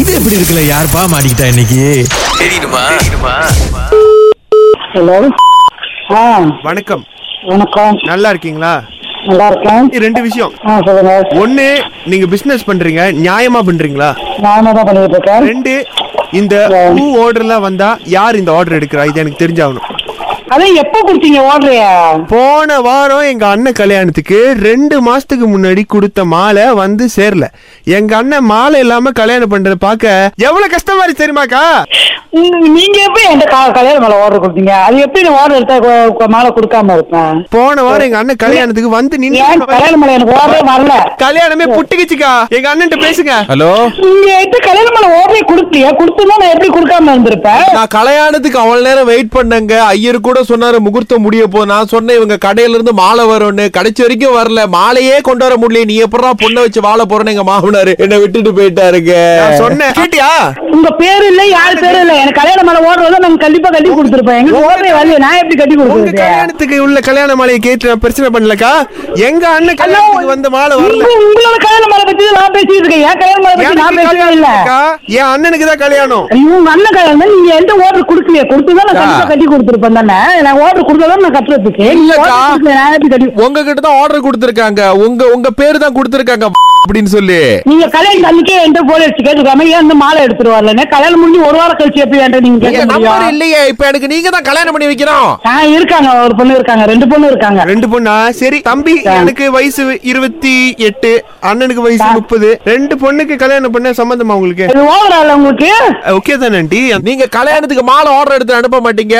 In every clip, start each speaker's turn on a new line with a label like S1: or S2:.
S1: இது எப்படி இருக்குல்ல யாருப்பா மாட்டிக்கிட்டா இன்னைக்கு
S2: ஹலோ ஆ
S3: வணக்கம்
S2: வணக்கம்
S3: நல்லா இருக்கீங்களா
S2: நல்லா இருக்கேன்
S3: இது ரெண்டு விஷயம்
S2: ஆ சொல்லுங்க
S3: ஒண்ணு நீங்க பிசினஸ் பண்றீங்க நியாயமா பண்றீங்களா
S2: நான் தான் பண்ணிட்டு இருக்கேன்
S3: ரெண்டு இந்த பூ ஆர்டர்லாம் வந்தா யார் இந்த ஆர்டர் எடுக்கிறா இது எனக்கு தெரிஞ்சாகணும்
S2: அதே எப்போ கொடுத்தீங்க ஓடுறியா
S3: போன வாரம் எங்க அண்ணன் கல்யாணத்துக்கு ரெண்டு மாசத்துக்கு முன்னாடி கொடுத்த மாலை வந்து சேரல எங்க அண்ணன் மாலை இல்லாம கல்யாணம் பண்றத பார்க்க எவ்வளவு கஷ்டமா இருக்கு தெரியுமாக்கா
S2: நீங்க எப்படி என்கிட்ட கா கல்யாணம் மேல ஓடுற கொடுத்தீங்க அது எப்படி நான் ஓடுற எடுத்தா கொ- கொ- மாலை கொடுக்காம இருப்பேன்
S3: போன வாரம் எங்க அண்ணன் கல்யாணத்துக்கு வந்து
S2: ஏன்
S3: நின்று
S2: கல்யாணம் மேல எனக்கு ஓடவே வரல
S3: கல்யாணமே புட்டுக்குச்சுக்கா எங்க அண்ணன்ட்ட பேசுங்க
S1: ஹலோ
S2: நீங்க எடுத்து கல்யாணம் மேல ஓடவே கொடுக்கலையா கொடுத்துருந்தா நான் எப்படி கொடுக்காம இருந்திருப்பேன்
S1: நான் கல்யாணத்துக்கு அவ்வளவு நேரம் வெயிட் பண்ணேங்க ஐயர் கூட சொன்னாரு முகூர்த்தம் முடிய போ நான் சொன்னேன் இவங்க கடையில இருந்து மாலை வரும்னு கடைசி வரைக்கும் வரல மாலையே கொண்டு வர முடியல நீ எப்படா பொண்ணை வச்சு வாழ போறேன்னு எங்க மாமனாரு என்ன விட்டுட்டு போயிட்டாருங்க
S3: நான் சொன்னேன் கேட்டியா
S2: உங்க பேரு இல்ல யார் பேரு இல்ல எனக்கு கல்யாணம் மேல ஓடுறதா நாங்க கண்டிப்பா கட்டி கொடுத்துருப்பேன் எங்களுக்கு ஓடவே வரல நான் எப்படி கட்டி
S3: உங்க
S2: கொடுக்குறது
S3: கல்யாணத்துக்கு உள்ள கல்யாண மாலையை கேட்டு நான் பிரச்சனை பண்ணலக்கா எங்க அண்ணன் கல்யாணத்துக்கு வந்த மாலை வரல
S2: உங்க உங்களோட கல்யாணம் மேல பத்தி நான் பேசிட்டு இருக்கேன் என் கல்யாணம் மேல பத்தி நான்
S3: எனக்கு
S2: பேசவே
S3: கல்யாணம்
S2: இல்ல
S3: இல்லக்கா. என் அண்ணனுக்கு தான் கல்யாணம்
S2: உங்க அண்ணன் கல்யாணம் நீங்க எந்த ஓர்டர் கொடுக்கலையே கொடுத்துதான் நான் கண்டிப்பா கட்டி கொடுத்துருப்பேன் தானே நான் ஓர்டர் கொடுத்ததான் நான் கட்டுறதுக்கு நீங்க
S1: இல்லக்கா.
S2: order கொடுக்கல, நான் எப்படி கட்டி
S1: உங்ககிட்ட தான் ஆர்டர் கொடுத்திருக்காங்க உங்க உங்க பேரு தான் கொடுத்திருக்காங்க அப்படின்னு சொல்லி
S2: நீங்க கல்யாணம் அன்னைக்கே என்கிட்ட போல அடிச்சு கேட்டுக்காம ஏன் இந்த மாலை எடுத்துட்டு வரலன்னு கல்யாணம் முடிஞ்சு ஒரு வாரம் கழிச்சு எப்படி என்கிட்ட நீங்க கேட்க
S1: நம்பர்
S2: முடியும்
S1: இல்லையே இப்ப எனக்கு நீங்க தான் கல்யாணம் பண்ணி வைக்கிறோம்
S2: நான் இருக்காங்க ஒரு பொண்ணு இருக்காங்க ரெண்டு பொண்ணு இருக்காங்க
S3: ரெண்டு பொண்ணா சரி தம்பி எனக்கு வயசு இருபத்தி எட்டு அண்ணனுக்கு வயசு முப்பது ரெண்டு பொண்ணுக்கு கல்யாணம் பண்ண சம்மந்தமா உங்களுக்கு
S2: இது ஓவரால உங்களுக்கு
S3: ஓகே தானே ஆண்டி
S1: நீங்க கல்யாணத்துக்கு மாலை ஆர்டர் எடுத்து அனுப்ப மாட்டீங்க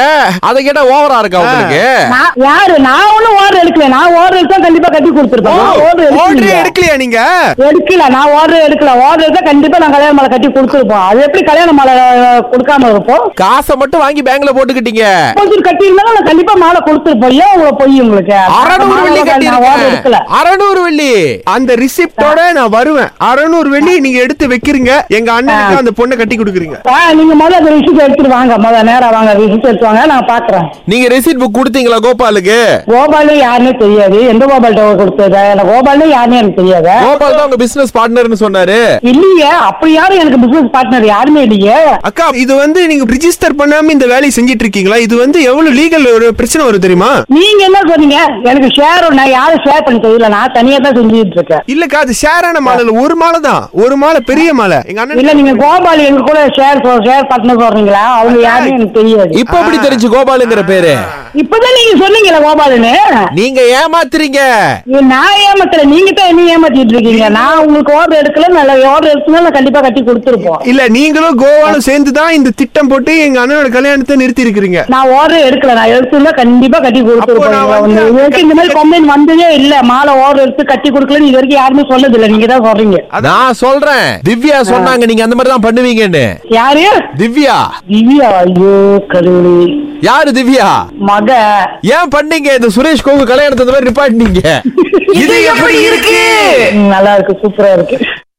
S1: அதை கேட்டா ஓவரா இருக்கா உங்களுக்கு
S2: நான் யாரு நான் ஒண்ணும் ஓர்டர் எடுக்கல நான் ஓர்டர் தான் கண்டிப்பா கட்டி கொடுத்துருப்பேன் நான் order
S3: ஆர்டரே
S2: எடுக்கலையே.
S3: எடுக்கலையா நீங்க
S2: எடுக்கல நான் ஆர்டர் எடுக்கல ஆர்டர் எடுத்தா கண்டிப்பா நான் கல்யாண மாலை கட்டி கொடுத்துருப்போம் அது எப்படி கல்யாண மாலை அஹ், கொடுக்காம இருப்போம்
S1: காசை மட்டும் வாங்கி பேங்க்ல போட்டுக்கிட்டீங்க
S2: கொஞ்சம் கட்டி இருந்தாலும் நான் கண்டிப்பா மாலை கொடுத்துருப்போம் ஏன் உங்களை பொய் உங்களுக்கு
S1: அறநூறு வெள்ளி
S2: நான் ஆர்டர் எடுக்கல
S1: கட்டிருக்கேன் அறநூறு வெள்ளி
S3: அந்த ரிசிப்டோட நான் வருவேன் அறநூறு வெள்ளி நீங்க எடுத்து வைக்கிறீங்க எங்க அண்ணனுக்கு அந்த பொண்ணை கட்டி கொடுக்குறீங்க
S2: ஆ, நீங்க முதல்ல அந்த ரிசிப்ட் எடுத்துட்டு வாங்க முதல்ல நேரா வாங்க ரிசிப்ட் எடுத்து வாங்க நான் பாக்குறேன்
S1: நீங்க ரெசிப்ட் புக் கொடுத்தீங்களா கோபாலுக்கு
S2: கோபாலே யாருன்னே தெரியாது எந்த கோபால் டவர் கொடுத்தது எனக்கு கோபாலே யாருன்னே எனக்கு தெரியாது
S1: கோபால் தான் உங்க பிசினஸ் பார்ட்னர்னு சொன்னாரு
S2: இல்லையே அப்படி யாரும் எனக்கு பிசினஸ் பார்ட்னர் யாருமே இல்லையே
S3: அக்கா இது வந்து நீங்க ரிஜிஸ்டர் பண்ணாம இந்த வேலையை செஞ்சிட்டு இருக்கீங்களா இது வந்து எவ்வளவு லீகல் ஒரு பிரச்சனை வரும் தெரியுமா
S2: நீங்க என்ன சொன்னீங்க எனக்கு ஷேர் நான் யாரும் ஷேர் பண்ணி தெரியல நான் தனியா தான் செஞ்சுட்டு இருக்கேன்
S3: இல்லக்கா அது ஷேரான மாலைல ஒரு மாலை தான் ஒரு மாலை பெரிய மாலை எங்க
S2: இல்ல
S3: அண்ணன்
S2: நீங்க கோபால் எங்க கூட ஷேர் ஷேர் பண்ண சொல்றீங்களா அவங்க யாருன்னு எனக்கு தெரியாது
S1: இப்ப எப்படி தெரிஞ்சு கோபாலுங்கிற பேரு
S2: இப்பதான் நீங்க சொன்னீங்கல்ல கோபாலுன்னு
S1: நீங்க ஏமாத்துறீங்க
S2: இது நான் ஏமாத்தல நீங்க தான் என்ன ஏமாத்திட்டு இருக்கீங்க நான் உங்களுக்கு ஓர்டர் எடுக்கல நல்ல ஓர்டர் எடுத்துனா நான் கண்டிப்பா கட்டி கொடுத்துருப்போம்
S3: இல்ல நீங்களும் கோவாலும் சேர்ந்து தான் இந்த திட்டம் போட்டு எங்க அண்ணனோட கல்யாணத்தை நிறுத்தி இருக்கிறீங்க
S2: நான் ஓர்டர் எடுக்கல நான் எடுத்துருந்தா கண்டிப்பா கட்டி
S3: அப்போ நான்
S2: கொடுத்துருப்போம்
S3: வந்து-
S2: இது வரைக்கும் இந்த மாதிரி கம்ப்ளைண்ட் வந்ததே இல்ல மாலை ஓர்டர் எடுத்து கட்டி கொடுக்கலன்னு இது வரைக்கும் யாருமே சொன்னது இல்ல நீங்க தான் சொல்றீங்க
S1: நான் சொல்றேன் திவ்யா சொன்னாங்க நீங்க அந்த மாதிரி தான் பண்ணுவீங்கன்னு
S2: யாரு
S1: திவ்யா
S2: திவ்யா ஐயோ கடவுளே
S1: யாரு திவ்யா
S2: மக
S1: ஏன் பண்ணீங்க இந்த சுரேஷ் கோகு கல்யாணத்தை இந்த மாதிரி நிப்பாட்டினீங்க இது எப்படி இருக்கு
S2: ம், நல்லா இருக்கு சூப்பரா இருக்கு